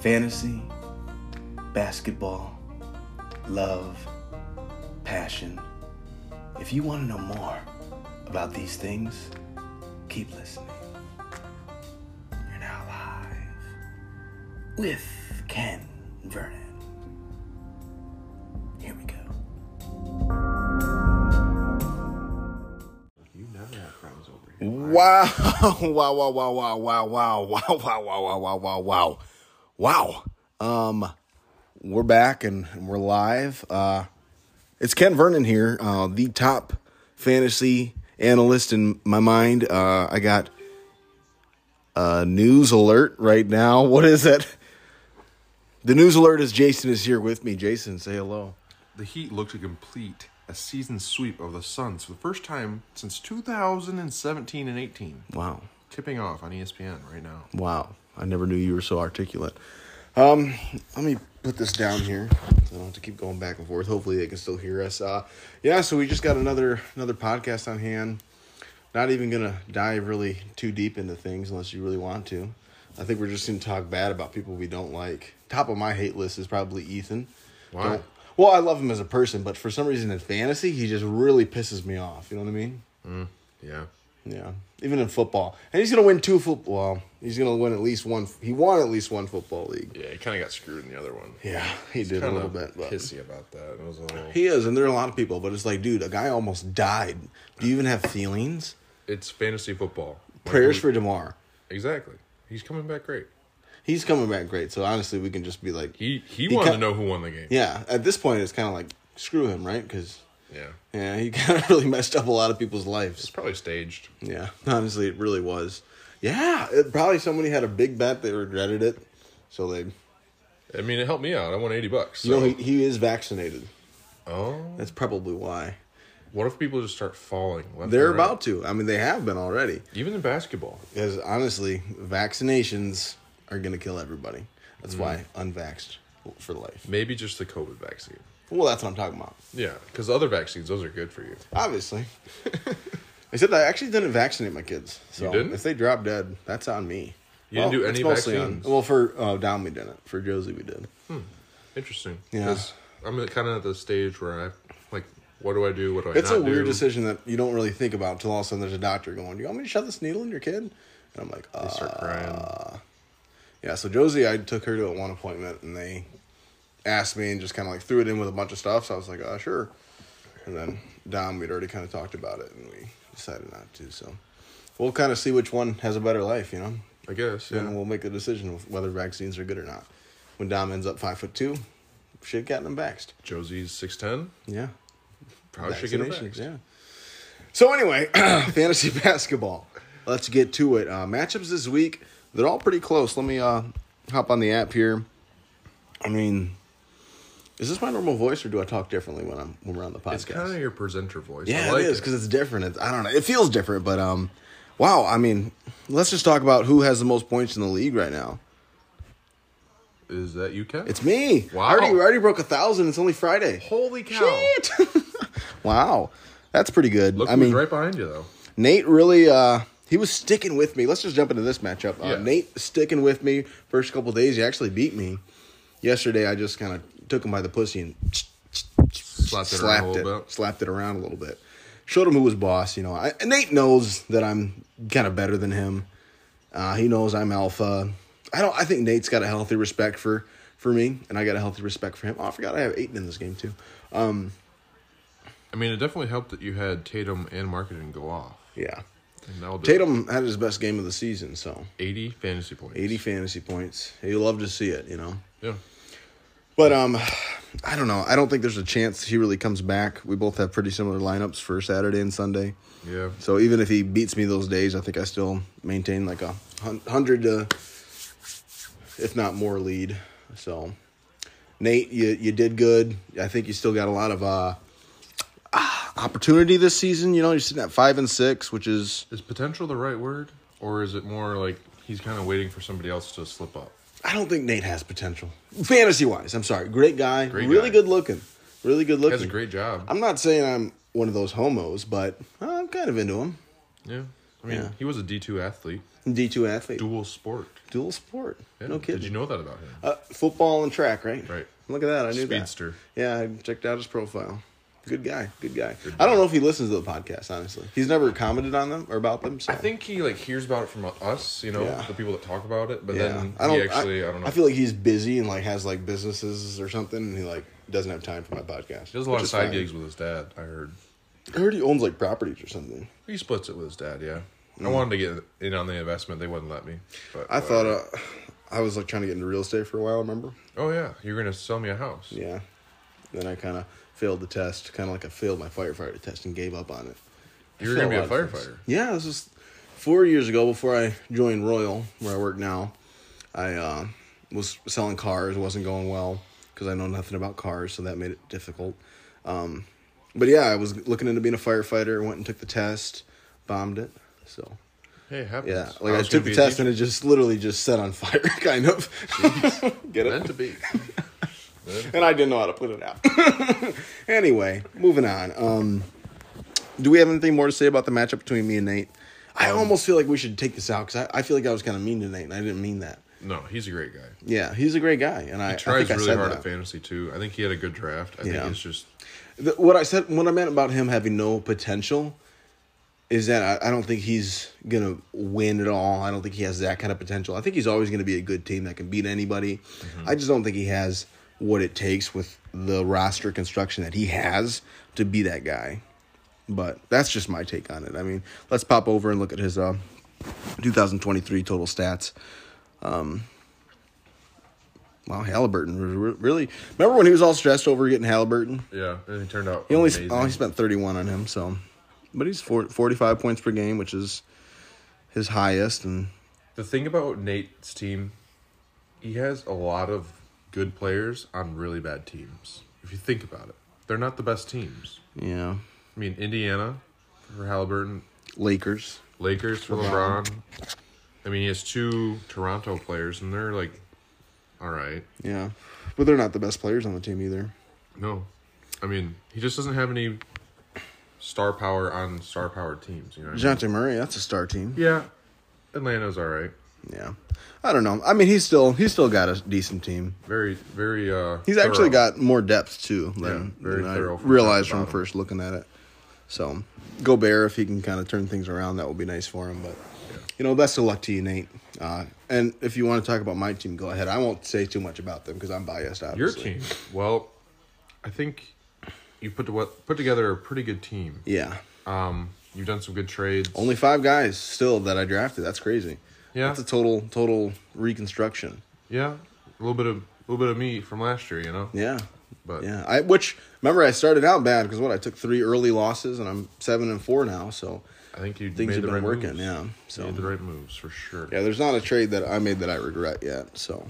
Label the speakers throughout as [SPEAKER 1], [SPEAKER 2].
[SPEAKER 1] fantasy, basketball, love, passion. If you want to know more about these things, keep listening. You're now live with Ken Vernon. Here we go.
[SPEAKER 2] You never have friends over here.
[SPEAKER 1] Wow, wow, wow, wow, wow, wow, wow, wow, wow, wow, wow, wow, wow, wow, wow. Um, we're back and and we're live. Uh, it's Ken Vernon here, uh, the top fantasy analyst in my mind. Uh, I got a news alert right now. What is it? The news alert is Jason is here with me. Jason, say hello.
[SPEAKER 2] The Heat looked to complete a season sweep of the Suns for the first time since 2017 and 18.
[SPEAKER 1] Wow.
[SPEAKER 2] Tipping off on E ESPN right now.
[SPEAKER 1] Wow, I never knew you were so articulate. Um, let me put this down here. So I don't have to keep going back and forth. Hopefully, they can still hear us. Uh, yeah, so we just got another another podcast on hand. Not even gonna dive really too deep into things unless you really want to. I think we're just gonna talk bad about people we don't like. Top of my hate list is probably Ethan.
[SPEAKER 2] Why?
[SPEAKER 1] Don't- well, I love him as a person, but for some reason in fantasy, he just really pisses me off. You know what I mean?
[SPEAKER 2] Yeah.
[SPEAKER 1] Yeah, even in football, and he's gonna win two football. Well, he's gonna win at least one. He won at least one football league.
[SPEAKER 2] Yeah, he kind of got screwed in the other one.
[SPEAKER 1] Yeah, he did a
[SPEAKER 2] Kinda
[SPEAKER 1] little bit. But
[SPEAKER 2] pissy about that. It was a little.
[SPEAKER 1] he is, and there are a lot of people. But it's like, dude, a guy almost died. Do you even have feelings?
[SPEAKER 2] It's fantasy football. Like,
[SPEAKER 1] Prayers for Demar.
[SPEAKER 2] Exactly. He's coming back great.
[SPEAKER 1] He's coming back great. So honestly, we can just be like,
[SPEAKER 2] He he,
[SPEAKER 1] He
[SPEAKER 2] wanted
[SPEAKER 1] cut-
[SPEAKER 2] to know who won the game.
[SPEAKER 1] yeah. At this point, it's kind of like screw him, right? Because
[SPEAKER 2] Yeah.
[SPEAKER 1] yeah, he kind of really messed up a lot of people's lives.
[SPEAKER 2] It's probably staged.
[SPEAKER 1] Yeah, honestly, it really was. Yeah, it, probably somebody had a big bet. They regretted it, so they.
[SPEAKER 2] I mean, it helped me out. I won 80 bucks.
[SPEAKER 1] You know,
[SPEAKER 2] so-
[SPEAKER 1] he, he is vaccinated.
[SPEAKER 2] oh.
[SPEAKER 1] That's probably why.
[SPEAKER 2] What if people just start falling? left
[SPEAKER 1] They're
[SPEAKER 2] and right?
[SPEAKER 1] about to. I mean, they have been already.
[SPEAKER 2] Even in basketball.
[SPEAKER 1] Because honestly, vaccinations are going to kill everybody. That's
[SPEAKER 2] Mm.
[SPEAKER 1] why unvaxxed for life.
[SPEAKER 2] Maybe just the COVID vaccine.
[SPEAKER 1] Well, that's what I'm talking about.
[SPEAKER 2] Yeah, because other vaccines, those are good for you.
[SPEAKER 1] Obviously. Except I actually didn't vaccinate my kids. So
[SPEAKER 2] You didn't?
[SPEAKER 1] if they drop dead, that's on me.
[SPEAKER 2] You didn't do
[SPEAKER 1] it's
[SPEAKER 2] any
[SPEAKER 1] mostly on-
[SPEAKER 2] vaccines?
[SPEAKER 1] well, for uh, Dom, we didn't. For Josie, we did.
[SPEAKER 2] Interesting.
[SPEAKER 1] Yeah.
[SPEAKER 2] 'Cause I'm kind of at the stage where I like, what do I do? What do I?
[SPEAKER 1] It's
[SPEAKER 2] not
[SPEAKER 1] a weird
[SPEAKER 2] do?
[SPEAKER 1] decision that you don't really think about until all of a sudden there's a doctor going, "Do you want me to shove this needle in your kid?" And I'm like,
[SPEAKER 2] I
[SPEAKER 1] uh,
[SPEAKER 2] start crying.
[SPEAKER 1] Yeah, so Josie, I took her to a one appointment, and they asked me and just kind of like threw it in with a bunch of stuff. So I was like, uh, sure. And then Dom, we'd already kind of talked about it, and we decided not to. So we'll kind of see which one has a better life, you know,
[SPEAKER 2] I guess. Yeah.
[SPEAKER 1] and we'll make a decision of whether vaccines are good or not. When Dom ends up five foot two, should have gotten him vaxxed.
[SPEAKER 2] Josie's six ten.
[SPEAKER 1] Yeah,
[SPEAKER 2] Probably should get a
[SPEAKER 1] Vaccinations,
[SPEAKER 2] vax.
[SPEAKER 1] Yeah. So anyway, fantasy basketball. Let's get to it. Uh, matchups this week, they're all pretty close. Let me uh, hop on the app here. I mean, is this my normal voice, or do I talk differently when I'm when we're on the podcast?
[SPEAKER 2] It's kind of your presenter voice.
[SPEAKER 1] yeah,
[SPEAKER 2] I like
[SPEAKER 1] it is because it's different. It's, I don't know. It feels different, but um, wow. I mean, let's just talk about who has the most points in the league right now.
[SPEAKER 2] Is that you, Ken?
[SPEAKER 1] It's me.
[SPEAKER 2] Wow.
[SPEAKER 1] I already, I already broke a thousand. It's only Friday.
[SPEAKER 2] holy cow.
[SPEAKER 1] Shit. wow, that's pretty good.
[SPEAKER 2] Look
[SPEAKER 1] I
[SPEAKER 2] who's
[SPEAKER 1] mean,
[SPEAKER 2] right behind you though.
[SPEAKER 1] Nate really uh he was sticking with me. Let's just jump into this matchup. Uh,
[SPEAKER 2] Yeah.
[SPEAKER 1] Nate sticking with me first couple days. He actually beat me. Yesterday I just kind of took him by the pussy and
[SPEAKER 2] Slapped it around a
[SPEAKER 1] slapped it,
[SPEAKER 2] little bit.
[SPEAKER 1] slapped it around a little bit. Showed him who was boss. You know, I, and Nate knows that I'm kind of better than him. Uh, he knows I'm alpha. I don't. I think Nate's got a healthy respect for for me, and I got a healthy respect for him. Oh, I forgot I have Aiden in this game too. Um,
[SPEAKER 2] I mean, it definitely helped that you had Tatum and Marketing go off.
[SPEAKER 1] yeah.
[SPEAKER 2] And that'll do
[SPEAKER 1] Tatum had his best game of the season, so
[SPEAKER 2] eighty fantasy points.
[SPEAKER 1] 80 fantasy points. You love to see it, you know.
[SPEAKER 2] Yeah.
[SPEAKER 1] But um I don't know. I don't think there's a chance he really comes back. We both have pretty similar lineups for Saturday and Sunday.
[SPEAKER 2] Yeah.
[SPEAKER 1] So even if he beats me those days, I think I still maintain like a hun- 100 to if not more lead. So Nate, you you did good. I think you still got a lot of uh ah, opportunity this season, you know, you're sitting at 5 and 6, which is
[SPEAKER 2] Is potential the right word, or is it more like he's kind of waiting for somebody else to slip up?
[SPEAKER 1] I don't think Nate has potential. Fantasy wise, I'm sorry. Great guy.
[SPEAKER 2] Great
[SPEAKER 1] really
[SPEAKER 2] guy.
[SPEAKER 1] good looking. Really good
[SPEAKER 2] He
[SPEAKER 1] looking.
[SPEAKER 2] has a great job.
[SPEAKER 1] I'm not saying I'm one of those homos, but I'm kind of into him.
[SPEAKER 2] yeah. I mean, he was a D two athlete,
[SPEAKER 1] D two athlete, dual,
[SPEAKER 2] dual sport.
[SPEAKER 1] sport.
[SPEAKER 2] Yeah.
[SPEAKER 1] No kidding.
[SPEAKER 2] Did you know that about him?
[SPEAKER 1] Uh, football and track, right?
[SPEAKER 2] Right.
[SPEAKER 1] Look at that. I knew
[SPEAKER 2] Speedster.
[SPEAKER 1] that. Yeah, I checked out his profile. Good guy. Good guy. I don't know if he listens to the podcast. Honestly, he's never commented on them or about them. So.
[SPEAKER 2] I think he like hears about it from us, you know,
[SPEAKER 1] Yeah.
[SPEAKER 2] the people that talk about it. But then
[SPEAKER 1] I don't.
[SPEAKER 2] he actually, I, don't know.
[SPEAKER 1] I feel like he's busy and like has like businesses or something, and he like doesn't have time for my podcast.
[SPEAKER 2] he does a lot
[SPEAKER 1] which
[SPEAKER 2] of
[SPEAKER 1] is
[SPEAKER 2] side
[SPEAKER 1] fine.
[SPEAKER 2] gigs with his dad. I heard
[SPEAKER 1] I heard he owns like properties or something.
[SPEAKER 2] he splits it with his dad. Yeah, I wanted to get in on the investment. They wouldn't let me. But
[SPEAKER 1] Mm. I
[SPEAKER 2] whatever.
[SPEAKER 1] thought uh, I was like trying to get into real estate for a while. Remember?
[SPEAKER 2] Oh yeah, you're gonna sell me a house.
[SPEAKER 1] Yeah. Then I kind of failed the test, kind of like I failed my firefighter test and gave up on it. I
[SPEAKER 2] You're gonna
[SPEAKER 1] fail
[SPEAKER 2] be a
[SPEAKER 1] lot of things.
[SPEAKER 2] firefighter.
[SPEAKER 1] Yeah, this was four years ago before I joined Royal, where I work now. I uh, was selling cars. It wasn't going well because I know nothing about cars, so that made it difficult. Um, but yeah, I was looking into being a firefighter. Went and took the test, bombed it. So
[SPEAKER 2] Hey, it happens.
[SPEAKER 1] yeah, like I,
[SPEAKER 2] was
[SPEAKER 1] took
[SPEAKER 2] gonna be
[SPEAKER 1] the
[SPEAKER 2] a
[SPEAKER 1] test
[SPEAKER 2] teacher.
[SPEAKER 1] and it just literally just set on fire, kind of. Get it?
[SPEAKER 2] meant to be.
[SPEAKER 1] and I didn't know how to put it out. anyway, moving on. Um, do we have anything more to say about the matchup between me and Nate? I
[SPEAKER 2] Um,
[SPEAKER 1] almost feel like we should take this out because I, I feel like I was kind of mean to Nate, and I didn't mean that.
[SPEAKER 2] no, he's a great guy.
[SPEAKER 1] Yeah, he's a great guy, and I I
[SPEAKER 2] Tries
[SPEAKER 1] think I
[SPEAKER 2] really
[SPEAKER 1] said
[SPEAKER 2] hard
[SPEAKER 1] that.
[SPEAKER 2] at fantasy too. I think he had a good draft. I
[SPEAKER 1] Yeah.
[SPEAKER 2] think it's just
[SPEAKER 1] The- what I said, what I meant about him having no potential, is that I, I don't think he's gonna win at all. I don't think he has that kind of potential. I think he's always gonna be a good team that can beat anybody. I just don't think he has what it takes with the roster construction that he has to be that guy. But that's just my take on it. I mean, let's pop over and look at his uh, 2023 total stats. Um, Wow, Halliburton was re- really. Remember when he was all stressed over getting Halliburton?
[SPEAKER 2] yeah. And he turned out.
[SPEAKER 1] He only
[SPEAKER 2] amazing.
[SPEAKER 1] oh, he spent 31 on him, so but he's four, 45 points per game, which is his highest and
[SPEAKER 2] The thing about Nate's team, he has a lot of good players on really bad teams. If you think about it, they're not the best teams.
[SPEAKER 1] you know,
[SPEAKER 2] I mean, Indiana for Halliburton,
[SPEAKER 1] Lakers.
[SPEAKER 2] Lakers for
[SPEAKER 1] LeBron.
[SPEAKER 2] LeBron. I mean, he has two Toronto players, and they're like, all right.
[SPEAKER 1] Yeah. But they're not the best players on the team either.
[SPEAKER 2] No, I mean, he just doesn't have any star power on star power teams. You know, what I mean?
[SPEAKER 1] DeJounte Murray, that's a star team.
[SPEAKER 2] yeah, Atlanta's all right.
[SPEAKER 1] Yeah. I don't know. I mean, he's still he's still got a decent team.
[SPEAKER 2] Very, very. uh
[SPEAKER 1] He's actually
[SPEAKER 2] thorough.
[SPEAKER 1] got more depth too than,
[SPEAKER 2] Yeah, very
[SPEAKER 1] than I
[SPEAKER 2] thorough from top to
[SPEAKER 1] realized from
[SPEAKER 2] bottom.
[SPEAKER 1] first looking at it. So, Gobert, if he can kind of turn things around, that will be nice for him. But you know, best of luck to you, Nate. Uh, and if you want to talk about my team, go ahead. I won't say too much about them because I'm biased.
[SPEAKER 2] Your
[SPEAKER 1] Obviously.
[SPEAKER 2] team? Well, I think you put to what put together a pretty good team.
[SPEAKER 1] Yeah,
[SPEAKER 2] Um, you've done some good trades.
[SPEAKER 1] only five guys still that I drafted. That's crazy.
[SPEAKER 2] Yeah.
[SPEAKER 1] that's a total total reconstruction.
[SPEAKER 2] yeah, a little bit of a little bit of me from last year, you know.
[SPEAKER 1] Yeah,
[SPEAKER 2] But
[SPEAKER 1] yeah. I which remember I started out bad because what I took three early losses and I'm seven and four now. So
[SPEAKER 2] I think Uh, you
[SPEAKER 1] things
[SPEAKER 2] made
[SPEAKER 1] have
[SPEAKER 2] the
[SPEAKER 1] been
[SPEAKER 2] right
[SPEAKER 1] working.
[SPEAKER 2] Moves.
[SPEAKER 1] Yeah,
[SPEAKER 2] You
[SPEAKER 1] so
[SPEAKER 2] made the right moves for sure.
[SPEAKER 1] Yeah, there's not a trade that I made that I regret yet. So,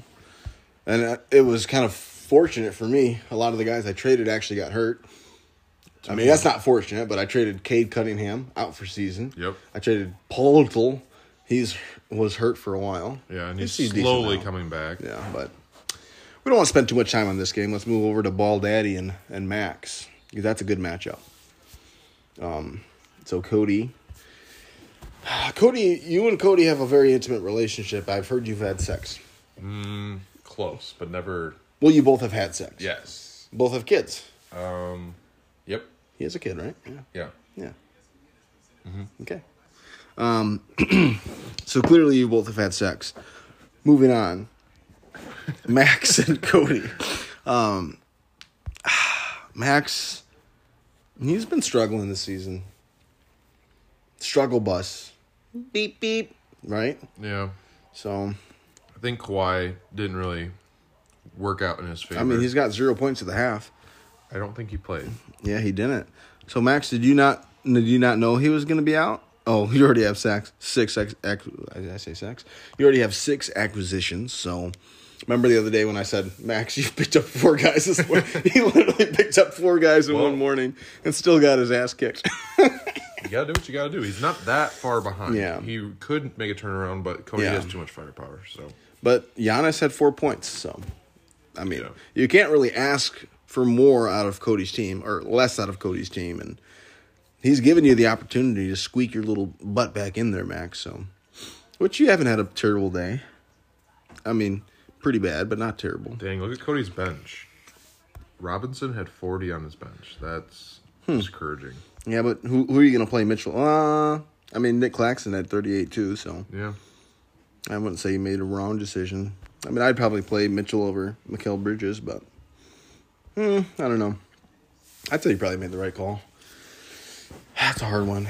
[SPEAKER 1] and uh, it was kind of fortunate for me. A lot of the guys I traded actually got hurt. I mean, that's not fortunate, but I traded Cade Cunningham out for season.
[SPEAKER 2] Yep.
[SPEAKER 1] I traded Poltel. He's was hurt for a while.
[SPEAKER 2] Yeah, and
[SPEAKER 1] He
[SPEAKER 2] he's
[SPEAKER 1] seems decent
[SPEAKER 2] slowly
[SPEAKER 1] now.
[SPEAKER 2] coming back.
[SPEAKER 1] Yeah, but we don't want to spend too much time on this game. Let's move over to Ball Daddy and, and Max because that's a good matchup. Um, so Cody, Cody, you and Cody have a very intimate relationship. I've heard you've had sex.
[SPEAKER 2] Close, but never.
[SPEAKER 1] Well, you both have had sex.
[SPEAKER 2] Yes.
[SPEAKER 1] both have kids.
[SPEAKER 2] Yep.
[SPEAKER 1] He has a kid, right? Yeah.
[SPEAKER 2] Yeah.
[SPEAKER 1] Yeah. Okay. Um, so clearly you both have had sex. Moving on, Max and Cody. Um, Max, he's been struggling this season. Struggle bus. Beep beep. Right.
[SPEAKER 2] Yeah.
[SPEAKER 1] So
[SPEAKER 2] I think Kawhi didn't really work out in his favor.
[SPEAKER 1] I mean, he's got zero points at the half.
[SPEAKER 2] I don't think he played.
[SPEAKER 1] Yeah, he didn't. So Max, did you not did you not know he was going to be out? Oh, you already have sacks. Six ex, ex, I I say sacks. You already have six acquisitions. So remember the other day when I said Max, you picked up four guys this morning. he literally picked up four guys in
[SPEAKER 2] Well-
[SPEAKER 1] one morning and still got his ass kicked.
[SPEAKER 2] You gotta do what you gotta do. He's not that far behind.
[SPEAKER 1] Yeah.
[SPEAKER 2] He could make a turnaround, but Cody
[SPEAKER 1] Yeah.
[SPEAKER 2] has too much firepower. So
[SPEAKER 1] but Giannis had four points. So I mean,
[SPEAKER 2] Yeah.
[SPEAKER 1] you can't really ask for more out of Cody's team or less out of Cody's team, and He's giving you the opportunity to squeak your little butt back in there, Max. So, which you haven't had a terrible day. I mean, pretty bad, but not terrible.
[SPEAKER 2] Dang, look at Cody's bench. Robinson had 40 on his bench. That's
[SPEAKER 1] Hmm.
[SPEAKER 2] discouraging.
[SPEAKER 1] Yeah, but who who are you gonna play, Mitchell? Uh I mean Nick Claxton had thirty eight too, so
[SPEAKER 2] Yeah.
[SPEAKER 1] I wouldn't say he made a wrong decision. I mean, I'd probably play Mitchell over Mikael Bridges, but hmm, I don't know. I'd say he probably made the right call. That's a hard one.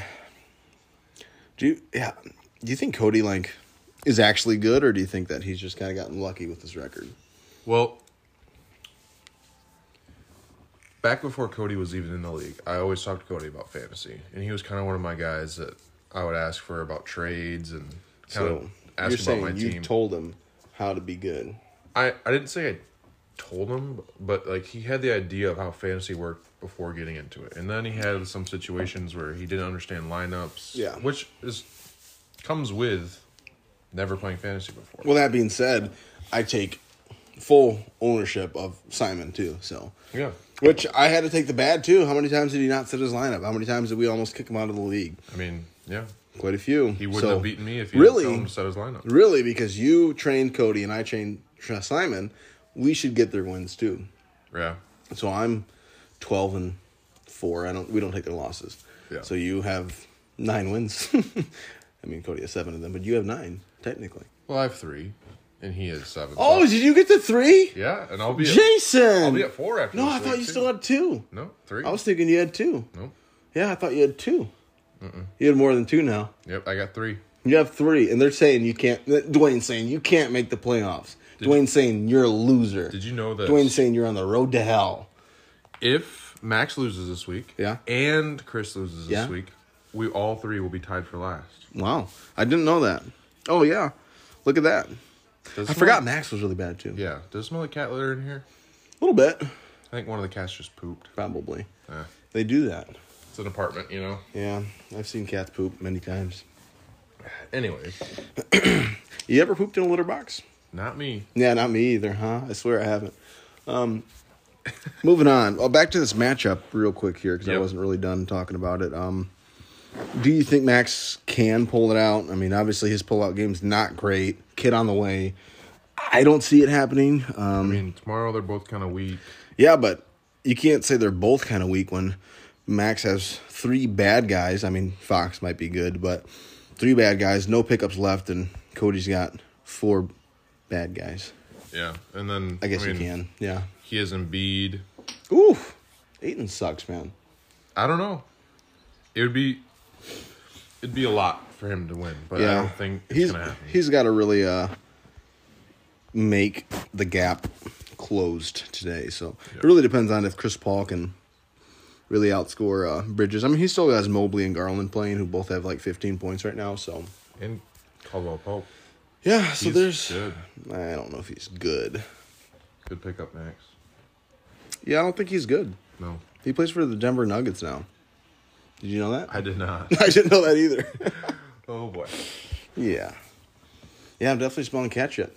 [SPEAKER 1] Do you yeah? Do you think Cody like is actually good, or do you think that he's just kind of gotten lucky with his record?
[SPEAKER 2] Well, back before Cody was even in the league, I always talked to Cody about fantasy, and he was kind of one of my guys that I would ask for about trades and kind of
[SPEAKER 1] So
[SPEAKER 2] ask
[SPEAKER 1] you're
[SPEAKER 2] about
[SPEAKER 1] saying
[SPEAKER 2] my
[SPEAKER 1] you
[SPEAKER 2] team.
[SPEAKER 1] told him how to be good.
[SPEAKER 2] I I didn't say I told him, but like he had the idea of how fantasy worked before getting into it, and then he had some situations where he didn't understand lineups.
[SPEAKER 1] Yeah.
[SPEAKER 2] which is comes with never playing fantasy before.
[SPEAKER 1] Well, that being said, I take full ownership of Simon too. So,
[SPEAKER 2] yeah,
[SPEAKER 1] which I had to take the bad too. How many times did he not set his lineup? How many times did we almost kick him out of the league?
[SPEAKER 2] I mean, yeah,
[SPEAKER 1] Quite a few.
[SPEAKER 2] he wouldn't
[SPEAKER 1] So,
[SPEAKER 2] have beaten me if he
[SPEAKER 1] really,
[SPEAKER 2] really him to set his lineup.
[SPEAKER 1] really, because you trained Cody and I trained Tr- Simon. We should get their wins too.
[SPEAKER 2] Yeah,
[SPEAKER 1] So I'm twelve and four. I don't. We don't take their losses.
[SPEAKER 2] Yeah.
[SPEAKER 1] So you have nine wins. I mean, Cody has seven of them, but you have nine technically.
[SPEAKER 2] well, I have three, and he has seven.
[SPEAKER 1] Oh,
[SPEAKER 2] So-
[SPEAKER 1] did you get the three?
[SPEAKER 2] yeah, and I'll be at-
[SPEAKER 1] Jason,
[SPEAKER 2] I'll be at four after.
[SPEAKER 1] No,
[SPEAKER 2] this
[SPEAKER 1] I
[SPEAKER 2] week,
[SPEAKER 1] thought you
[SPEAKER 2] too.
[SPEAKER 1] still had two.
[SPEAKER 2] no three.
[SPEAKER 1] I was thinking you had two.
[SPEAKER 2] no,
[SPEAKER 1] Yeah, I thought you had 2 You had more than two now.
[SPEAKER 2] yep, I got three.
[SPEAKER 1] You have three, and they're saying you can't. Dwayne's saying you can't make the playoffs. Dwayne's saying you're a loser.
[SPEAKER 2] Did you know that
[SPEAKER 1] Dwayne's saying you're on the road to hell.
[SPEAKER 2] if Max loses this week,
[SPEAKER 1] Yeah.
[SPEAKER 2] and Chris loses this
[SPEAKER 1] Yeah.
[SPEAKER 2] week, we all three will be tied for last.
[SPEAKER 1] Wow, I didn't know that. Oh yeah, look at that.
[SPEAKER 2] Does it
[SPEAKER 1] I
[SPEAKER 2] smell-
[SPEAKER 1] forgot Max was really bad too.
[SPEAKER 2] Yeah, does it smell like cat litter in here?
[SPEAKER 1] a little bit,
[SPEAKER 2] I think one of the cats just pooped.
[SPEAKER 1] probably.
[SPEAKER 2] Eh,
[SPEAKER 1] They do that.
[SPEAKER 2] it's an apartment, you know.
[SPEAKER 1] Yeah, I've seen cats poop many times.
[SPEAKER 2] Anyway,
[SPEAKER 1] You ever pooped in a litter box?
[SPEAKER 2] not me.
[SPEAKER 1] Yeah, not me either, huh? I swear I haven't. Um, moving on. Well, back to this matchup real quick here because I
[SPEAKER 2] Yep.
[SPEAKER 1] wasn't really done talking about it. Um, do you think Max can pull it out? I mean, obviously his pullout game's not great. Kid on the way. I don't see it happening.
[SPEAKER 2] I
[SPEAKER 1] Um,
[SPEAKER 2] mean, tomorrow they're both kind of weak.
[SPEAKER 1] yeah, but you can't say they're both kind of weak when Max has three bad guys. I mean, Fox might be good, but three bad guys, no pickups left, and Cody's got four bad guys.
[SPEAKER 2] Yeah, and then
[SPEAKER 1] I guess
[SPEAKER 2] mean,
[SPEAKER 1] you can. Yeah.
[SPEAKER 2] He has Embiid.
[SPEAKER 1] Oof. Aiden sucks, man.
[SPEAKER 2] I don't know. It would be, it'd be a lot for him to win, but I don't think it's
[SPEAKER 1] he's
[SPEAKER 2] gonna happen.
[SPEAKER 1] he's got to really uh make the gap closed today. So it really depends on if Chris Paul can really outscore uh, Bridges. I mean, he still has Mobley and Garland playing, who both have like 15 points right now. So
[SPEAKER 2] And Caldwell Pope,
[SPEAKER 1] yeah, so
[SPEAKER 2] He's
[SPEAKER 1] there's
[SPEAKER 2] good.
[SPEAKER 1] I don't know if he's good.
[SPEAKER 2] Good pickup, Max.
[SPEAKER 1] Yeah, I don't think he's good.
[SPEAKER 2] No,
[SPEAKER 1] He plays for the Denver Nuggets now. Did you know that?
[SPEAKER 2] I did not.
[SPEAKER 1] I didn't know that either.
[SPEAKER 2] oh boy,
[SPEAKER 1] yeah, yeah, I'm definitely smelling catch it.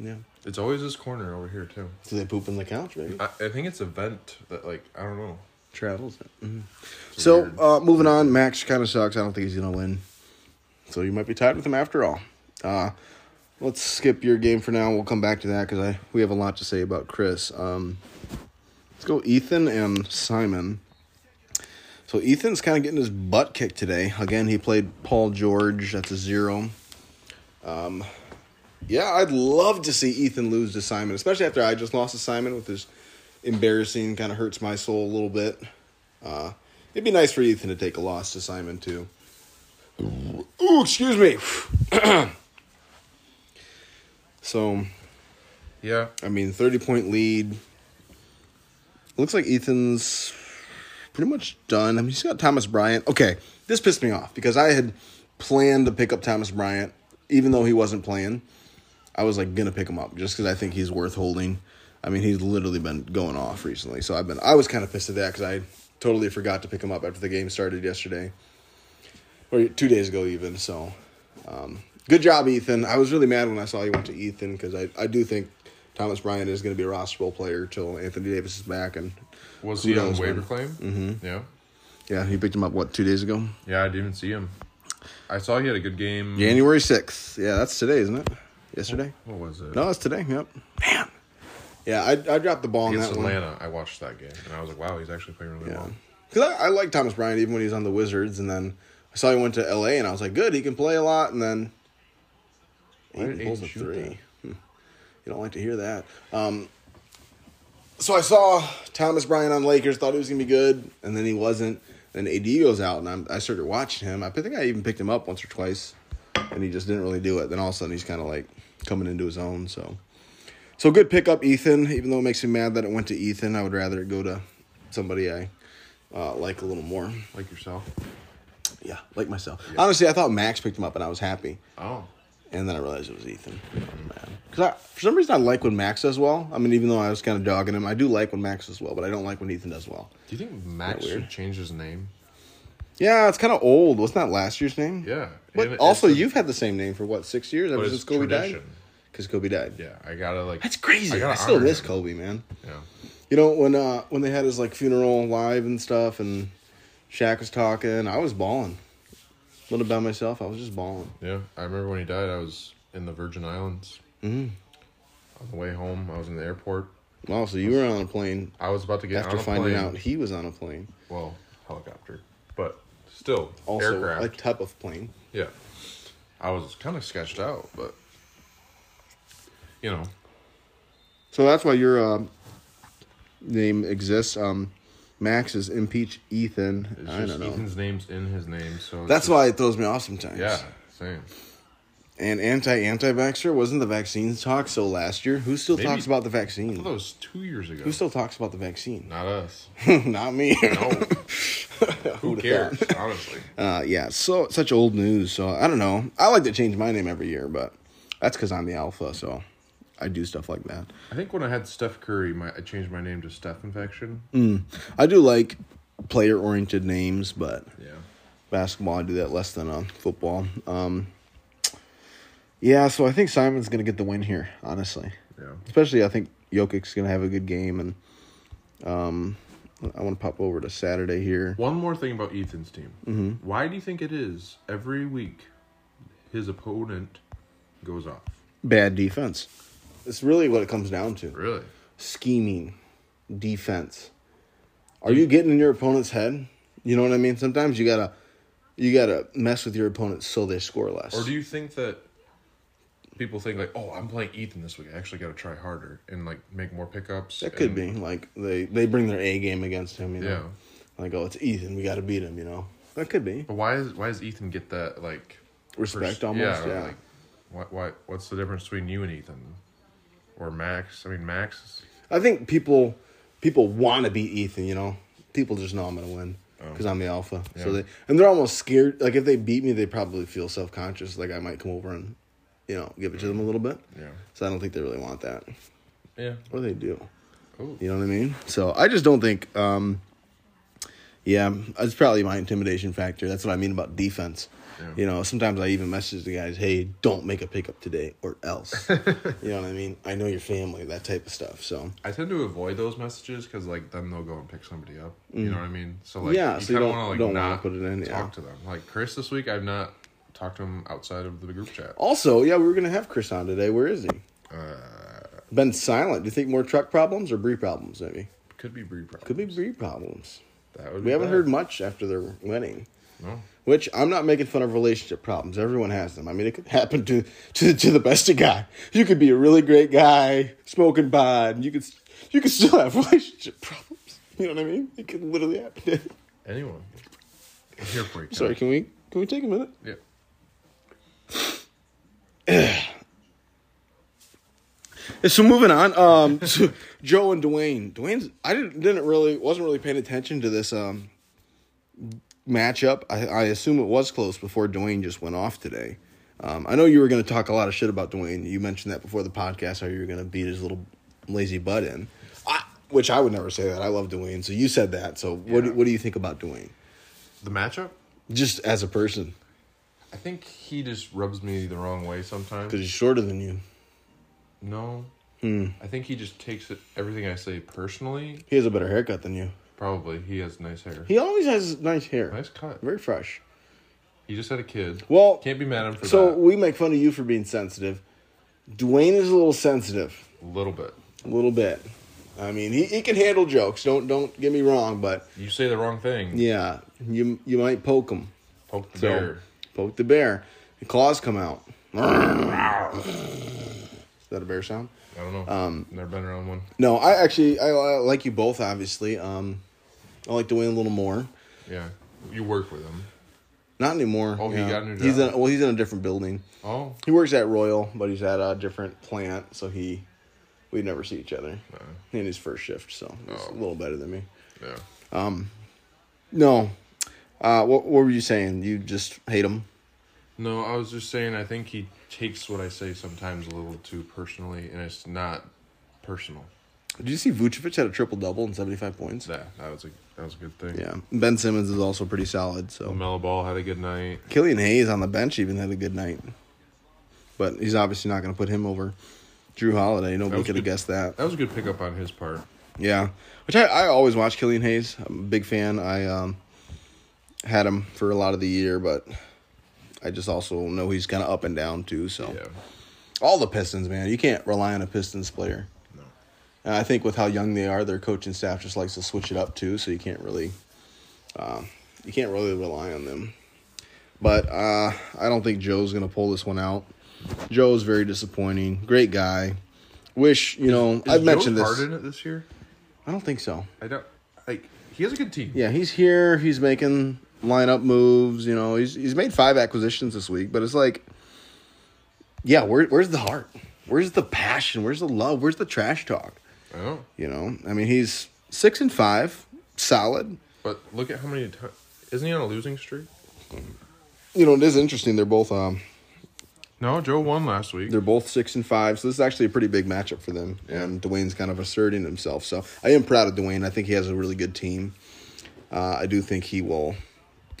[SPEAKER 1] Yeah.
[SPEAKER 2] it's always this corner over here too.
[SPEAKER 1] So they poop in the couch, maybe.
[SPEAKER 2] I, I think it's a vent that like I don't know.
[SPEAKER 1] Travels it. Mm-hmm. So
[SPEAKER 2] weird.
[SPEAKER 1] uh, moving on, Max kind of sucks. I don't think he's gonna win. So you might be tied with him after all. Uh, let's skip your game for now. We'll come back to that because I we have a lot to say about Chris. Um, let's go, Ethan and Simon. So Ethan's kind of getting his butt kicked today. Again, he played Paul George. That's a zero. Um, yeah, I'd love to see Ethan lose to Simon, especially after I just lost to Simon with his embarrassing kind of hurts my soul a little bit. Uh, it'd be nice for Ethan to take a loss to Simon too. Ooh, excuse me. so,
[SPEAKER 2] Yeah,
[SPEAKER 1] I mean, thirty point lead. Looks like Ethan's pretty much done. I mean, he's got Thomas Bryant. Okay, this pissed me off because I had planned to pick up Thomas Bryant, even though he wasn't playing. I was like gonna pick him up just because I think he's worth holding. I mean, he's literally been going off recently, so I've been I was kind of pissed at that because I totally forgot to pick him up after the game started yesterday, or two days ago even. So, um, good job, Ethan. I was really mad when I saw you went to Ethan because I I do think Thomas Bryant is going to be a rosterable player till Anthony Davis is back and
[SPEAKER 2] was
[SPEAKER 1] Who
[SPEAKER 2] he on
[SPEAKER 1] knows when?
[SPEAKER 2] waiver claim? Mm-hmm. Yeah,
[SPEAKER 1] Yeah, you picked him up what two days ago?
[SPEAKER 2] Yeah, I didn't even see him. I saw he had a good game.
[SPEAKER 1] January sixth. Yeah, that's today, isn't it? Yesterday?
[SPEAKER 2] What was it?
[SPEAKER 1] No, it's today. Yep. Man. Yeah, I, I dropped the ball on
[SPEAKER 2] Against
[SPEAKER 1] that one.
[SPEAKER 2] Atlanta, I watched that game and I was like, wow, he's actually playing really
[SPEAKER 1] Yeah,
[SPEAKER 2] well.
[SPEAKER 1] because I, I like Thomas Bryant even when he was on the Wizards, and then I saw he went to L.A. and I was like, good, he can play a lot, and then
[SPEAKER 2] Why did
[SPEAKER 1] Aiden pulls
[SPEAKER 2] Aiden
[SPEAKER 1] a
[SPEAKER 2] shoot that?
[SPEAKER 1] three. Hmm. You don't like to hear that. Um, so I saw Thomas Bryant on Lakers, thought he was gonna be good, and then he wasn't. Then AD goes out, and I'm, I started watching him. I think I even picked him up once or twice, and he just didn't really do it. Then all of a sudden, he's kind of like coming into his own. So, so good pickup, Ethan. Even though it makes me mad that it went to Ethan, I would rather it go to somebody I uh, like a little more.
[SPEAKER 2] Like yourself.
[SPEAKER 1] Yeah, like myself. Honestly, I thought Max picked him up, and I was happy.
[SPEAKER 2] Oh.
[SPEAKER 1] And then I realized it was Ethan. Because for some reason, I like when Max does well. I mean, even though I was kind of dogging him, I do like when Max does well, but I don't like when Ethan does well.
[SPEAKER 2] Do you think Max
[SPEAKER 1] weird?
[SPEAKER 2] should change his name?
[SPEAKER 1] Yeah, it's kind of old. Wasn't that last year's name?
[SPEAKER 2] Yeah.
[SPEAKER 1] But
[SPEAKER 2] And it's
[SPEAKER 1] also,
[SPEAKER 2] a-
[SPEAKER 1] you've had the same name for what six years ever
[SPEAKER 2] But
[SPEAKER 1] since
[SPEAKER 2] it's
[SPEAKER 1] Kobe died.
[SPEAKER 2] tradition.
[SPEAKER 1] Because Kobe died.
[SPEAKER 2] Yeah, I gotta like.
[SPEAKER 1] That's crazy. I,
[SPEAKER 2] gotta
[SPEAKER 1] still
[SPEAKER 2] honor
[SPEAKER 1] miss
[SPEAKER 2] him.
[SPEAKER 1] Kobe, man.
[SPEAKER 2] Yeah.
[SPEAKER 1] You know when uh when they had his like funeral live and stuff, and Shaq was talking, I was balling. Little by myself, I was just balling.
[SPEAKER 2] Yeah, I remember when he died. I was in the Virgin Islands. Mm-hmm. On the way home, I was in the airport.
[SPEAKER 1] Wow, so you were on a plane
[SPEAKER 2] I was about to get
[SPEAKER 1] after
[SPEAKER 2] on a
[SPEAKER 1] finding
[SPEAKER 2] plane.
[SPEAKER 1] out he was on a plane.
[SPEAKER 2] Well, helicopter, but still
[SPEAKER 1] Also,
[SPEAKER 2] aircraft.
[SPEAKER 1] a type of plane.
[SPEAKER 2] yeah, I was kind of sketched out, but you know,
[SPEAKER 1] So that's why your uh, name exists. Um, Max is impeach Ethan.
[SPEAKER 2] it's
[SPEAKER 1] I
[SPEAKER 2] just
[SPEAKER 1] don't know.
[SPEAKER 2] Ethan's name's in his name, so it's
[SPEAKER 1] That's
[SPEAKER 2] just-
[SPEAKER 1] why it throws me off sometimes.
[SPEAKER 2] Yeah, same.
[SPEAKER 1] And anti anti vaxxer wasn't the vaccines talk so last year? Who still
[SPEAKER 2] Maybe-
[SPEAKER 1] talks about the
[SPEAKER 2] Well,
[SPEAKER 1] vaccine?
[SPEAKER 2] that was two years ago.
[SPEAKER 1] Who still talks about the vaccine?
[SPEAKER 2] Not us.
[SPEAKER 1] Not me.
[SPEAKER 2] No. Who cares? Honestly.
[SPEAKER 1] Uh, yeah, so such old news. So I don't know. I like to change my name every year, but that's because I'm the alpha. So I do stuff like that.
[SPEAKER 2] I think when I had Steph Curry, my, I changed my name to Steph Infection.
[SPEAKER 1] Mm. I do like player oriented names, but
[SPEAKER 2] Yeah.
[SPEAKER 1] basketball. I do that less than uh, football. Um, yeah, so I think Simon's going to get the win here, honestly.
[SPEAKER 2] Yeah.
[SPEAKER 1] Especially, I think Jokic's going to have a good game, and um, I want to pop over to Saturday here.
[SPEAKER 2] One more thing about Ethan's team.
[SPEAKER 1] Mm-hmm.
[SPEAKER 2] Why do you think it is every week his opponent goes off?
[SPEAKER 1] Bad defense. It's really what it comes down to:
[SPEAKER 2] Really?
[SPEAKER 1] scheming, defense. Are you getting in your opponent's head? You know what I mean. Sometimes you gotta, you gotta mess with your opponent so they score less.
[SPEAKER 2] Or do you think that people think like, "Oh, I'm playing Ethan this week. I actually got to try harder and like make more pickups."
[SPEAKER 1] That could
[SPEAKER 2] and-
[SPEAKER 1] be like they they bring their A game against him, you know.
[SPEAKER 2] Yeah.
[SPEAKER 1] Like oh, it's Ethan, we got to beat him, you know. That could be
[SPEAKER 2] But why is why does Ethan get that like
[SPEAKER 1] respect
[SPEAKER 2] pers-
[SPEAKER 1] almost. Yeah,
[SPEAKER 2] Like, why, why? What's the difference between you and Ethan or Max? I mean, Max. Is,
[SPEAKER 1] I think people people want to beat Ethan, you know. People just know I'm gonna win because I'm the alpha. So
[SPEAKER 2] Oh. Yeah.
[SPEAKER 1] they and they're almost scared. Like if they beat me, they probably feel self conscious. Like I might come over and you know give it to them a little bit.
[SPEAKER 2] Mm. yeah.
[SPEAKER 1] So I don't think they really want that,
[SPEAKER 2] Yeah.
[SPEAKER 1] or they do.
[SPEAKER 2] Oh.
[SPEAKER 1] You know what I mean? So I just don't think. um Yeah, it's probably my intimidation factor. That's what I mean about defense.
[SPEAKER 2] Yeah.
[SPEAKER 1] You know, sometimes I even message the guys, "Hey, don't make a pickup today, or else." you know what I mean? I know your family, that type of stuff. So
[SPEAKER 2] I tend to avoid those messages because like then they'll go and pick somebody up. You know what I mean? So like
[SPEAKER 1] Mm. Yeah,
[SPEAKER 2] you
[SPEAKER 1] so you
[SPEAKER 2] kind
[SPEAKER 1] don't-
[SPEAKER 2] of want to like
[SPEAKER 1] don't wanna
[SPEAKER 2] not
[SPEAKER 1] put it in,
[SPEAKER 2] talk
[SPEAKER 1] yeah.
[SPEAKER 2] to them. Like Chris this week, I've not talked to him outside of the group chat.
[SPEAKER 1] also, yeah, we were gonna have Chris on today. Where is he?
[SPEAKER 2] Uh,
[SPEAKER 1] Been silent. Do you think more truck problems or Bree problems? Maybe
[SPEAKER 2] could be Bree problems.
[SPEAKER 1] could be Bree problems.
[SPEAKER 2] That would
[SPEAKER 1] We haven't
[SPEAKER 2] bad.
[SPEAKER 1] heard much after their wedding.
[SPEAKER 2] No.
[SPEAKER 1] Which I'm not making fun of relationship problems. Everyone has them. I mean, it could happen to to, to the best of guy. You could be a really great guy, smoking pot, and you could you could still have relationship problems. You know what I mean? It could literally happen. To
[SPEAKER 2] Anyone. I'm here for you. Ken.
[SPEAKER 1] Sorry, can we can we take a minute?
[SPEAKER 2] Yeah.
[SPEAKER 1] So moving on, um, so Joe and Dwayne. Dwayne's I didn't didn't really wasn't really paying attention to this um matchup. I, I assume it was close before Dwayne just went off today. Um, I know you were going to talk a lot of shit about Dwayne. You mentioned that before the podcast how you were going to beat his little lazy butt in, I, which I would never say that. I love Dwayne, so you said that. So what do,
[SPEAKER 2] Yeah.
[SPEAKER 1] what do you think about Dwayne?
[SPEAKER 2] The matchup.
[SPEAKER 1] Just as a person,
[SPEAKER 2] I think he just rubs me the wrong way sometimes.
[SPEAKER 1] because he's shorter than you. Hmm.
[SPEAKER 2] No. I think he just takes it, everything I say personally.
[SPEAKER 1] He has a better haircut than you.
[SPEAKER 2] Probably. He has nice hair.
[SPEAKER 1] He always has nice hair.
[SPEAKER 2] Nice cut.
[SPEAKER 1] Very fresh.
[SPEAKER 2] He just had a kid.
[SPEAKER 1] Well,
[SPEAKER 2] Can't be mad at him for
[SPEAKER 1] so
[SPEAKER 2] that.
[SPEAKER 1] we make fun of you for being sensitive. Dwayne is a little sensitive,
[SPEAKER 2] A little bit.
[SPEAKER 1] a little bit. I mean, he, he can handle jokes. Don't don't get me wrong, but
[SPEAKER 2] You say the wrong thing.
[SPEAKER 1] yeah, you you might poke him.
[SPEAKER 2] Poke the
[SPEAKER 1] So
[SPEAKER 2] bear.
[SPEAKER 1] poke the bear. The claws come out. Is that a bear sound?
[SPEAKER 2] I don't know. Um, Never been around one.
[SPEAKER 1] No, I actually I, I like you both. Obviously, um, I like Dwayne a little more.
[SPEAKER 2] Yeah. You work with him.
[SPEAKER 1] Not anymore.
[SPEAKER 2] Oh, he
[SPEAKER 1] yeah.
[SPEAKER 2] got a new
[SPEAKER 1] He's
[SPEAKER 2] job.
[SPEAKER 1] in, well, he's in a different building.
[SPEAKER 2] Oh.
[SPEAKER 1] He works at Royal, but he's at a different plant, so he we never see each other in his first shift. So he's a
[SPEAKER 2] Oh.
[SPEAKER 1] little better than me.
[SPEAKER 2] Yeah.
[SPEAKER 1] No, uh, what what were you saying? You just hate him?
[SPEAKER 2] No, I was just saying I think he takes what I say sometimes a little too personally and it's not personal.
[SPEAKER 1] Did you see Vucevic had a triple double and seventy five points?
[SPEAKER 2] That that was a that was a good thing.
[SPEAKER 1] Yeah, Ben Simmons is also pretty solid. So
[SPEAKER 2] Mellow Ball had a good night.
[SPEAKER 1] Killian Hayes on the bench even had a good night, but he's obviously not going to put him over Drew Holiday. Nobody
[SPEAKER 2] was
[SPEAKER 1] could have
[SPEAKER 2] good.
[SPEAKER 1] guessed that.
[SPEAKER 2] That was a good pickup on his part.
[SPEAKER 1] Yeah, which I, I always watch Killian Hayes. I'm a big fan. I um, had him for a lot of the year, but I just also know he's kind of up and down too. So
[SPEAKER 2] Yeah.
[SPEAKER 1] all the Pistons, man, you can't rely on a Pistons player.
[SPEAKER 2] No.
[SPEAKER 1] And I think with how young they are, their coaching staff just likes to switch it up too. So you can't really, uh, you can't really rely on them. But uh, I don't think Joe's gonna pull this one out. Joe's very disappointing. Great guy. Wish you know I've
[SPEAKER 2] Is
[SPEAKER 1] mentioned
[SPEAKER 2] Joe
[SPEAKER 1] this.
[SPEAKER 2] Hart in it this year?
[SPEAKER 1] I don't think so.
[SPEAKER 2] I don't like he has a good team.
[SPEAKER 1] Yeah, he's here. He's making lineup moves. You know, he's he's made five acquisitions this week, but it's like, yeah, where, where's the heart? Where's the passion? Where's the love? Where's the trash talk?
[SPEAKER 2] I don't know.
[SPEAKER 1] You know, I mean, he's six and five, solid.
[SPEAKER 2] But look at how many times isn't he on a losing streak?
[SPEAKER 1] You know, it is interesting. They're both um,
[SPEAKER 2] No, Joe won last week.
[SPEAKER 1] they're both six and five, so this is actually a pretty big matchup for them. And Dwayne's kind of asserting himself, so I am proud of Dwayne. I think he has a really good team. Uh, I do think he will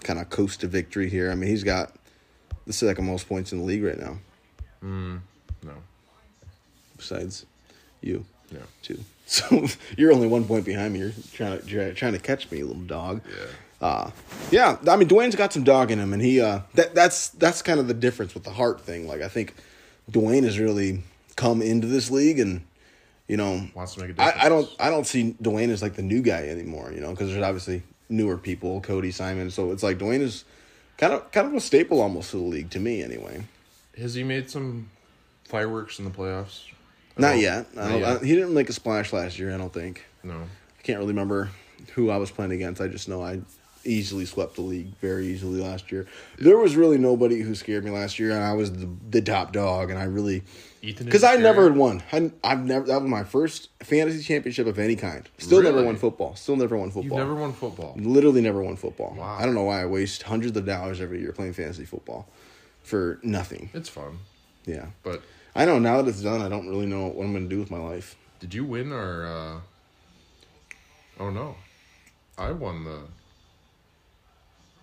[SPEAKER 1] kind of coast to victory here. I mean, he's got the second most points in the league right now.
[SPEAKER 2] No.
[SPEAKER 1] besides you
[SPEAKER 2] Yeah.
[SPEAKER 1] too. So you're only one point behind me. You're trying to try, trying to catch me, little dog.
[SPEAKER 2] Yeah.
[SPEAKER 1] Uh, yeah. I mean, Dwayne's got some dog in him, and he uh, that that's that's kind of the difference with the heart thing. Like I think Dwayne has really come into this league, and you know,
[SPEAKER 2] Wants to make a
[SPEAKER 1] I, I don't
[SPEAKER 2] difference.
[SPEAKER 1] I don't see Dwayne as like the new guy anymore. You know, because there's obviously newer people, Cody Simon. So it's like Dwayne is kind of kind of a staple almost to the league to me, anyway.
[SPEAKER 2] Has he made some fireworks in the playoffs? I
[SPEAKER 1] Not
[SPEAKER 2] don't-
[SPEAKER 1] yet. I
[SPEAKER 2] Not
[SPEAKER 1] don't,
[SPEAKER 2] yet.
[SPEAKER 1] I don't- he didn't make a splash last year. I don't think.
[SPEAKER 2] No.
[SPEAKER 1] I can't really remember who I was playing against. I just know I easily swept the league very easily last year. There was really nobody who scared me last year, and I was the, the top dog. And I really
[SPEAKER 2] Ethan
[SPEAKER 1] because
[SPEAKER 2] didn't
[SPEAKER 1] I never
[SPEAKER 2] scare
[SPEAKER 1] had won. I, I've never that was my first fantasy championship of any kind. Still never
[SPEAKER 2] Really?
[SPEAKER 1] won football. Still never won football.
[SPEAKER 2] You've never won football.
[SPEAKER 1] Literally never won football.
[SPEAKER 2] Wow.
[SPEAKER 1] I don't know why I waste hundreds of dollars every year playing fantasy football for nothing.
[SPEAKER 2] It's fun.
[SPEAKER 1] Yeah,
[SPEAKER 2] But
[SPEAKER 1] I know now that it's done, I don't really know what I'm going to do with my life.
[SPEAKER 2] did you win or uh Oh no. I won the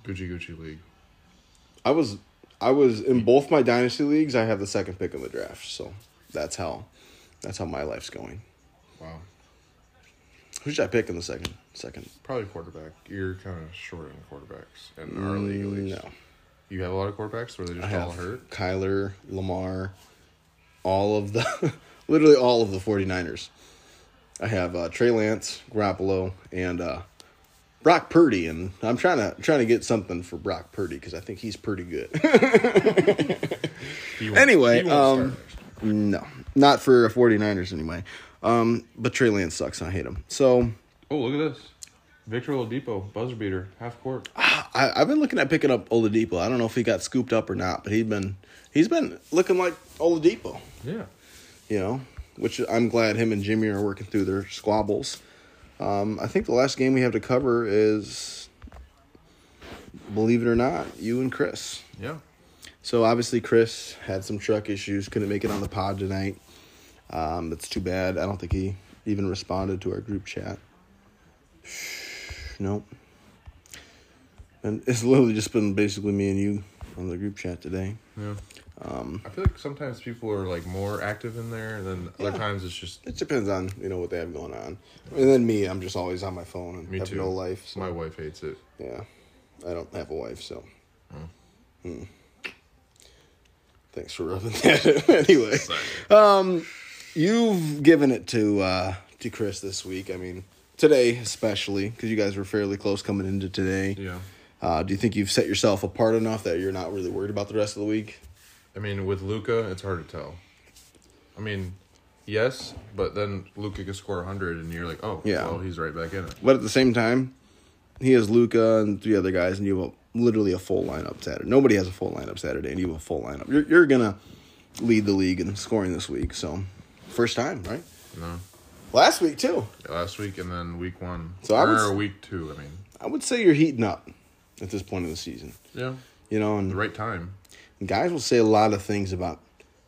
[SPEAKER 2] Gucci Gucci League.
[SPEAKER 1] I was I was in both my dynasty leagues. I have the second pick in the draft, so that's how that's how my life's going.
[SPEAKER 2] Wow.
[SPEAKER 1] Who should I pick in the second? Second?
[SPEAKER 2] Probably quarterback. You're kind of short on quarterbacks in our league at least.
[SPEAKER 1] Mm, No,
[SPEAKER 2] You have a lot of quarterbacks where they
[SPEAKER 1] I
[SPEAKER 2] just all
[SPEAKER 1] have
[SPEAKER 2] hurt.
[SPEAKER 1] Kyler, Lamar, all of the literally all of the 49ers. I have uh, Trey Lance, Garoppolo, and uh, Brock Purdy, and I'm trying to trying to get something for Brock Purdy because I think he's pretty good.
[SPEAKER 2] He won't-
[SPEAKER 1] Anyway,
[SPEAKER 2] he won't
[SPEAKER 1] um,
[SPEAKER 2] start next year.
[SPEAKER 1] no, not for a 49ers anyway. Um, but Trey Lance sucks. And I hate him. So
[SPEAKER 2] Oh, look at this. Victor Oladipo, buzzer beater, half court.
[SPEAKER 1] I, I've been looking at picking up Oladipo. I don't know if he got scooped up or not, but he's been he's been looking like Oladipo,
[SPEAKER 2] Yeah.
[SPEAKER 1] you know. Which I'm glad him and Jimmy are working through their squabbles. Um, I think the last game we have to cover is, believe it or not, you and Chris.
[SPEAKER 2] Yeah.
[SPEAKER 1] So obviously Chris had some truck issues, couldn't make it on the pod tonight. Um, that's too bad. I don't think he even responded to our group chat. Nope. And it's literally just been basically me and you on the group chat today.
[SPEAKER 2] Yeah.
[SPEAKER 1] Um,
[SPEAKER 2] I feel like sometimes people are like more active in there, and then other
[SPEAKER 1] Yeah.
[SPEAKER 2] times it's just
[SPEAKER 1] It depends on you know what they have going on, and then me, I'm just always on my phone and
[SPEAKER 2] me
[SPEAKER 1] have
[SPEAKER 2] too.
[SPEAKER 1] no life. So
[SPEAKER 2] My wife hates it.
[SPEAKER 1] yeah, I don't have a wife, so. Hmm. Thanks for rubbing that. in. anyway, Um, you've given it to uh, to Chris this week. I mean, today especially because you guys were fairly close coming into today.
[SPEAKER 2] Yeah,
[SPEAKER 1] Uh, do you think you've set yourself apart enough that you're not really worried about the rest of the week?
[SPEAKER 2] I mean with Luca, it's hard to tell. I mean, yes, but then Luca could score hundred, and you're like, oh,
[SPEAKER 1] Yeah.
[SPEAKER 2] well, he's right back in it.
[SPEAKER 1] But at the same time, he has Luca and three other guys, and you have a, literally a full lineup Saturday. Nobody has a full lineup Saturday, and you have a full lineup. You're, you're gonna lead the league in scoring this week. So, first time, right?
[SPEAKER 2] You know,
[SPEAKER 1] Last week too.
[SPEAKER 2] last week and then week one,
[SPEAKER 1] So I
[SPEAKER 2] or
[SPEAKER 1] would s-
[SPEAKER 2] week two. I mean,
[SPEAKER 1] I would say you're heating up at this point of the season.
[SPEAKER 2] yeah,
[SPEAKER 1] You know, and
[SPEAKER 2] the right time.
[SPEAKER 1] guys will say a lot of things about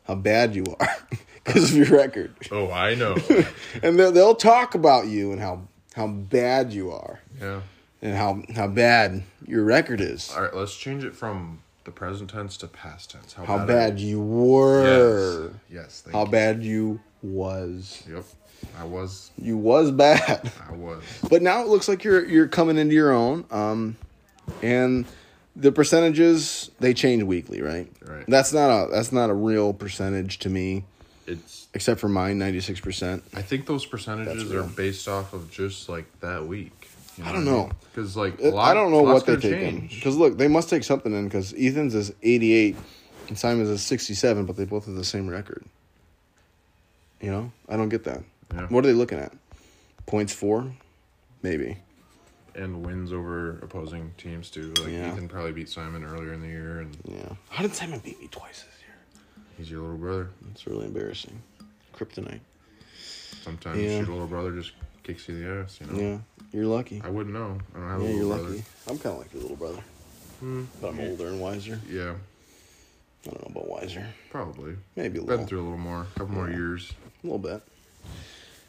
[SPEAKER 1] how bad you are because of your record,
[SPEAKER 2] Oh, I know.
[SPEAKER 1] and they'll, they'll talk about you and how how bad you are
[SPEAKER 2] yeah.
[SPEAKER 1] and how how bad your record is.
[SPEAKER 2] All right, let's change it from the present tense to past tense.
[SPEAKER 1] How
[SPEAKER 2] I-
[SPEAKER 1] bad you were.
[SPEAKER 2] Yes. Yes. Thank
[SPEAKER 1] how bad you was.
[SPEAKER 2] you. Yep. I was.
[SPEAKER 1] You was bad,
[SPEAKER 2] I was.
[SPEAKER 1] but now it looks like you're you're coming into your own. Um, and the percentages they change weekly, right?
[SPEAKER 2] Right.
[SPEAKER 1] That's not a that's not a real percentage to me,
[SPEAKER 2] It's.
[SPEAKER 1] except for mine, ninety six percent.
[SPEAKER 2] I think those percentages
[SPEAKER 1] That's
[SPEAKER 2] are
[SPEAKER 1] real.
[SPEAKER 2] based off of just like that week. You
[SPEAKER 1] I don't know.
[SPEAKER 2] Because like a lot,
[SPEAKER 1] I don't know
[SPEAKER 2] lot's
[SPEAKER 1] what they
[SPEAKER 2] gonna
[SPEAKER 1] take in
[SPEAKER 2] change.
[SPEAKER 1] because look, they must take something in because Ethan's is eighty eight and Simon's is sixty seven, but they both have the same record. You know, I don't get that.
[SPEAKER 2] Yeah.
[SPEAKER 1] What are they looking at? Points for, maybe.
[SPEAKER 2] and wins over opposing teams too. Like
[SPEAKER 1] Yeah.
[SPEAKER 2] Ethan probably beat Simon earlier in the year, and
[SPEAKER 1] Yeah. How did Simon beat me twice this year?
[SPEAKER 2] he's your little brother.
[SPEAKER 1] That's really embarrassing. Kryptonite.
[SPEAKER 2] Sometimes
[SPEAKER 1] Yeah.
[SPEAKER 2] your little brother just kicks you in the ass. You know.
[SPEAKER 1] Yeah, you're lucky.
[SPEAKER 2] I wouldn't know. I don't have
[SPEAKER 1] Yeah,
[SPEAKER 2] Oh. a
[SPEAKER 1] you're
[SPEAKER 2] little
[SPEAKER 1] lucky.
[SPEAKER 2] brother.
[SPEAKER 1] I'm kind of like your little brother,
[SPEAKER 2] Hmm.
[SPEAKER 1] but I'm older and wiser.
[SPEAKER 2] Yeah.
[SPEAKER 1] I don't know about wiser.
[SPEAKER 2] Probably.
[SPEAKER 1] Maybe a
[SPEAKER 2] Been
[SPEAKER 1] little,
[SPEAKER 2] through a little more. A couple more
[SPEAKER 1] Yeah.
[SPEAKER 2] years.
[SPEAKER 1] a little bit.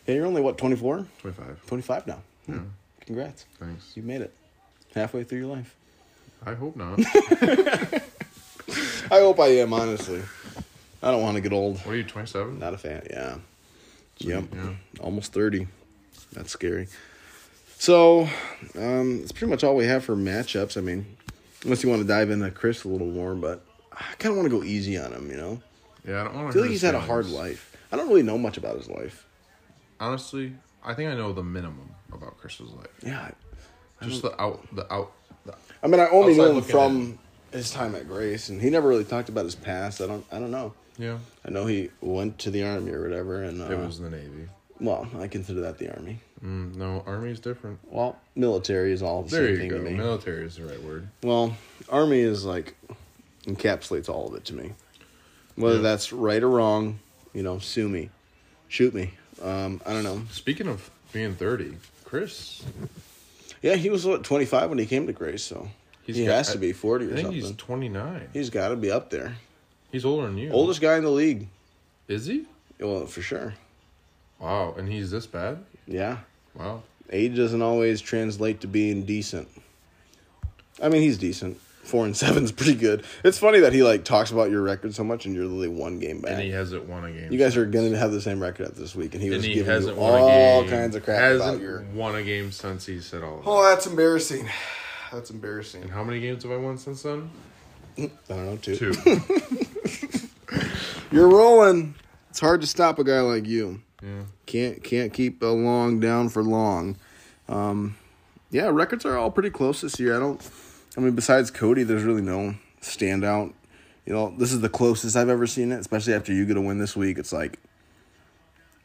[SPEAKER 1] Yeah, you're only what 24,
[SPEAKER 2] Twenty five.
[SPEAKER 1] 25 now. Hmm.
[SPEAKER 2] Yeah.
[SPEAKER 1] Congrats,
[SPEAKER 2] Thanks.
[SPEAKER 1] you made it halfway through your life.
[SPEAKER 2] I hope not.
[SPEAKER 1] I hope I am. Honestly, I don't want to get old.
[SPEAKER 2] What are you, 27?
[SPEAKER 1] Not a fan. Yeah. Yep.
[SPEAKER 2] yeah.
[SPEAKER 1] Almost 30. That's scary. So, um, that's pretty much all we have for matchups. I mean, unless you want to dive into Chris a little more, but I kind of want to go easy on him, you know?
[SPEAKER 2] Yeah, I don't want to.
[SPEAKER 1] I feel like he's had a hard life. I don't really know much about his life.
[SPEAKER 2] Honestly, I think I know the minimum about Chris's life.
[SPEAKER 1] Yeah.
[SPEAKER 2] Just the out, the out. The,
[SPEAKER 1] I mean, I only
[SPEAKER 2] Outside
[SPEAKER 1] know him
[SPEAKER 2] looking
[SPEAKER 1] from his time at Grace, and he never really talked about his past. I don't I don't know.
[SPEAKER 2] yeah,
[SPEAKER 1] I know he went to the Army or whatever, and, uh,
[SPEAKER 2] it was the Navy.
[SPEAKER 1] well, I consider that the Army.
[SPEAKER 2] Mm, no, Army is different.
[SPEAKER 1] Well, military is all the
[SPEAKER 2] There
[SPEAKER 1] same
[SPEAKER 2] you
[SPEAKER 1] thing
[SPEAKER 2] go.
[SPEAKER 1] to me.
[SPEAKER 2] Military is the right word.
[SPEAKER 1] Well, army is like encapsulates all of it to me. Whether
[SPEAKER 2] Yeah.
[SPEAKER 1] that's right or wrong, you know, sue me, shoot me. Um, I don't know.
[SPEAKER 2] Speaking of being 30, Chris,
[SPEAKER 1] Yeah, he was what twenty five when he came to Grace, so
[SPEAKER 2] He's
[SPEAKER 1] he
[SPEAKER 2] got-
[SPEAKER 1] has to be forty
[SPEAKER 2] I
[SPEAKER 1] or
[SPEAKER 2] think
[SPEAKER 1] something.
[SPEAKER 2] he's
[SPEAKER 1] He's,
[SPEAKER 2] 29.
[SPEAKER 1] he's got to be up there.
[SPEAKER 2] He's older than you.
[SPEAKER 1] Oldest guy in the league.
[SPEAKER 2] Is he?
[SPEAKER 1] Well, for sure.
[SPEAKER 2] Wow, and he's this bad?
[SPEAKER 1] Yeah,
[SPEAKER 2] Wow.
[SPEAKER 1] age doesn't always translate to being decent. I mean, he's decent. Four and seven's pretty good. It's funny that he like talks about your record so much, and you're literally one game back.
[SPEAKER 2] And he hasn't won a game.
[SPEAKER 1] You guys are gonna have the same record up this week, and he
[SPEAKER 2] and
[SPEAKER 1] was
[SPEAKER 2] he
[SPEAKER 1] giving you
[SPEAKER 2] hasn't won
[SPEAKER 1] all
[SPEAKER 2] a game.
[SPEAKER 1] kinds of crap
[SPEAKER 2] hasn't
[SPEAKER 1] about your.
[SPEAKER 2] won a game since he said all. Of that.
[SPEAKER 1] Oh, that's embarrassing. That's embarrassing.
[SPEAKER 2] And how many games have I won since then?
[SPEAKER 1] I don't know, too.
[SPEAKER 2] Two.
[SPEAKER 1] You're rolling. It's hard to stop a guy like you.
[SPEAKER 2] yeah.
[SPEAKER 1] Can't can't keep a long down for long. Um, yeah, records are all pretty close this year. I don't. I mean, besides Cody, there's really no standout. You know, this is the closest I've ever seen it. Especially after you get a win this week, it's like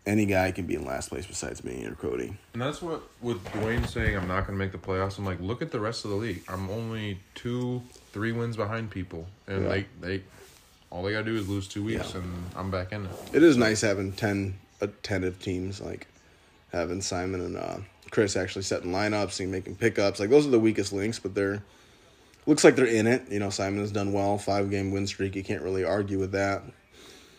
[SPEAKER 1] any guy can be in last place besides me or Cody.
[SPEAKER 2] And that's what with Dwayne saying I'm not going to make the playoffs. I'm like, look at the rest of the league. I'm only two, three wins behind people, and
[SPEAKER 1] Yeah.
[SPEAKER 2] like they, all they got to do is lose two weeks,
[SPEAKER 1] Yeah.
[SPEAKER 2] and I'm back in it.
[SPEAKER 1] It is nice having 10 attentive teams, like having Simon and uh, Chris actually setting lineups and making pickups. Like, those are the weakest links, but they're. Looks like they're in it. You know, Simon has done well. Five game win streak. You can't really argue with that.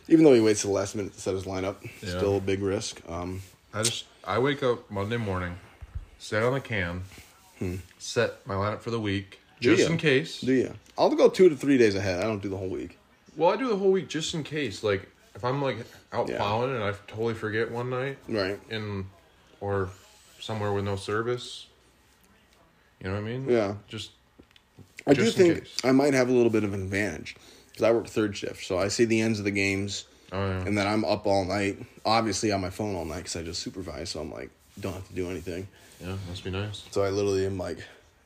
[SPEAKER 1] Even though he waits to the last minute to set his lineup,
[SPEAKER 2] Yeah.
[SPEAKER 1] still a big risk. Um,
[SPEAKER 2] I just I wake up Monday morning, sit on the can, set my lineup for the week
[SPEAKER 1] Do
[SPEAKER 2] just
[SPEAKER 1] Hmm. ya?
[SPEAKER 2] in case.
[SPEAKER 1] do you? I'll go two to three days ahead. I don't do the whole week.
[SPEAKER 2] Well, I do the whole week just in case. Like if I'm like out
[SPEAKER 1] Yeah.
[SPEAKER 2] plowing and I totally forget one night,
[SPEAKER 1] Right.
[SPEAKER 2] in or somewhere with no service. You know what I mean?
[SPEAKER 1] Yeah.
[SPEAKER 2] Just
[SPEAKER 1] I
[SPEAKER 2] Just
[SPEAKER 1] do
[SPEAKER 2] in
[SPEAKER 1] think
[SPEAKER 2] case.
[SPEAKER 1] I might have a little bit of an advantage because I work third shift, so I see the ends of the games,
[SPEAKER 2] oh yeah.
[SPEAKER 1] and then I'm up all night. Obviously, on my phone all night because I just supervise, so I'm like, don't have to do anything.
[SPEAKER 2] yeah, must be nice.
[SPEAKER 1] So I literally am like,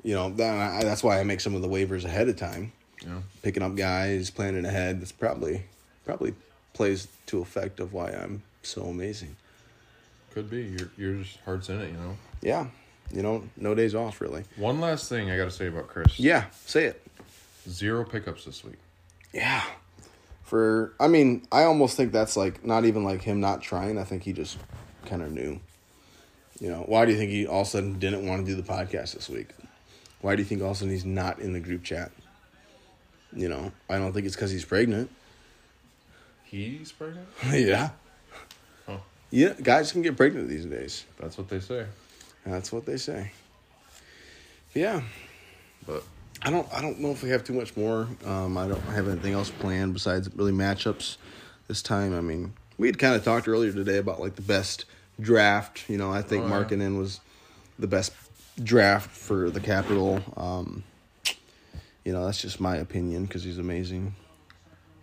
[SPEAKER 1] you know, then I, that's why I make some of the waivers ahead of time,
[SPEAKER 2] Yeah.
[SPEAKER 1] picking up guys, planning ahead. That's probably probably plays to effect of why I'm so amazing.
[SPEAKER 2] Could be. Your your just heart's in it, you know.
[SPEAKER 1] Yeah, you know, no days off really.
[SPEAKER 2] One last thing I gotta say about Chris.
[SPEAKER 1] Yeah, say it.
[SPEAKER 2] Zero pickups this week.
[SPEAKER 1] Yeah. For I mean, I almost think that's like not even like him not trying. I think he just kind of knew. You know, why do you think he all of a sudden didn't want to do the podcast this week? Why do you think all of a sudden he's not in the group chat? You know, I don't think it's because he's pregnant.
[SPEAKER 2] He's pregnant?
[SPEAKER 1] yeah.
[SPEAKER 2] Oh.
[SPEAKER 1] Yeah, guys can get pregnant these days.
[SPEAKER 2] That's what they say.
[SPEAKER 1] That's what they say. Yeah.
[SPEAKER 2] But
[SPEAKER 1] I don't. I don't know if we have too much more. Um, I don't have anything else planned besides really matchups this time. I mean, we had kind of talked earlier today about like the best draft. You know, I think
[SPEAKER 2] Oh, yeah.
[SPEAKER 1] Markinen was the best draft for the Capital. Um, you know, that's just my opinion because he's amazing.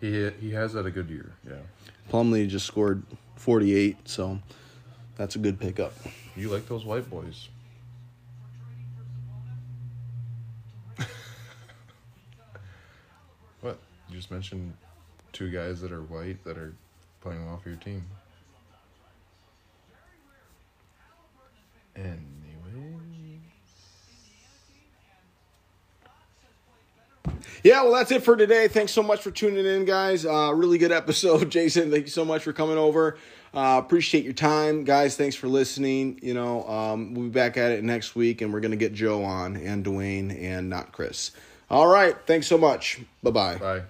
[SPEAKER 2] he he has had a good year. Yeah.
[SPEAKER 1] Plumlee just scored forty eight, so that's a good pickup.
[SPEAKER 2] You like those white boys. what? You just mentioned two guys that are white that are playing well for your team. Anyway.
[SPEAKER 1] Yeah, well, that's it for today. Thanks so much for tuning in, guys. Uh, really good episode, Jason. Thank you so much for coming over. Uh, appreciate your time, guys. Thanks for listening. You know, um, we'll be back at it next week, and we're gonna get Joe on and Dwayne and not Chris. All right, thanks so much. Bye bye.
[SPEAKER 2] Bye.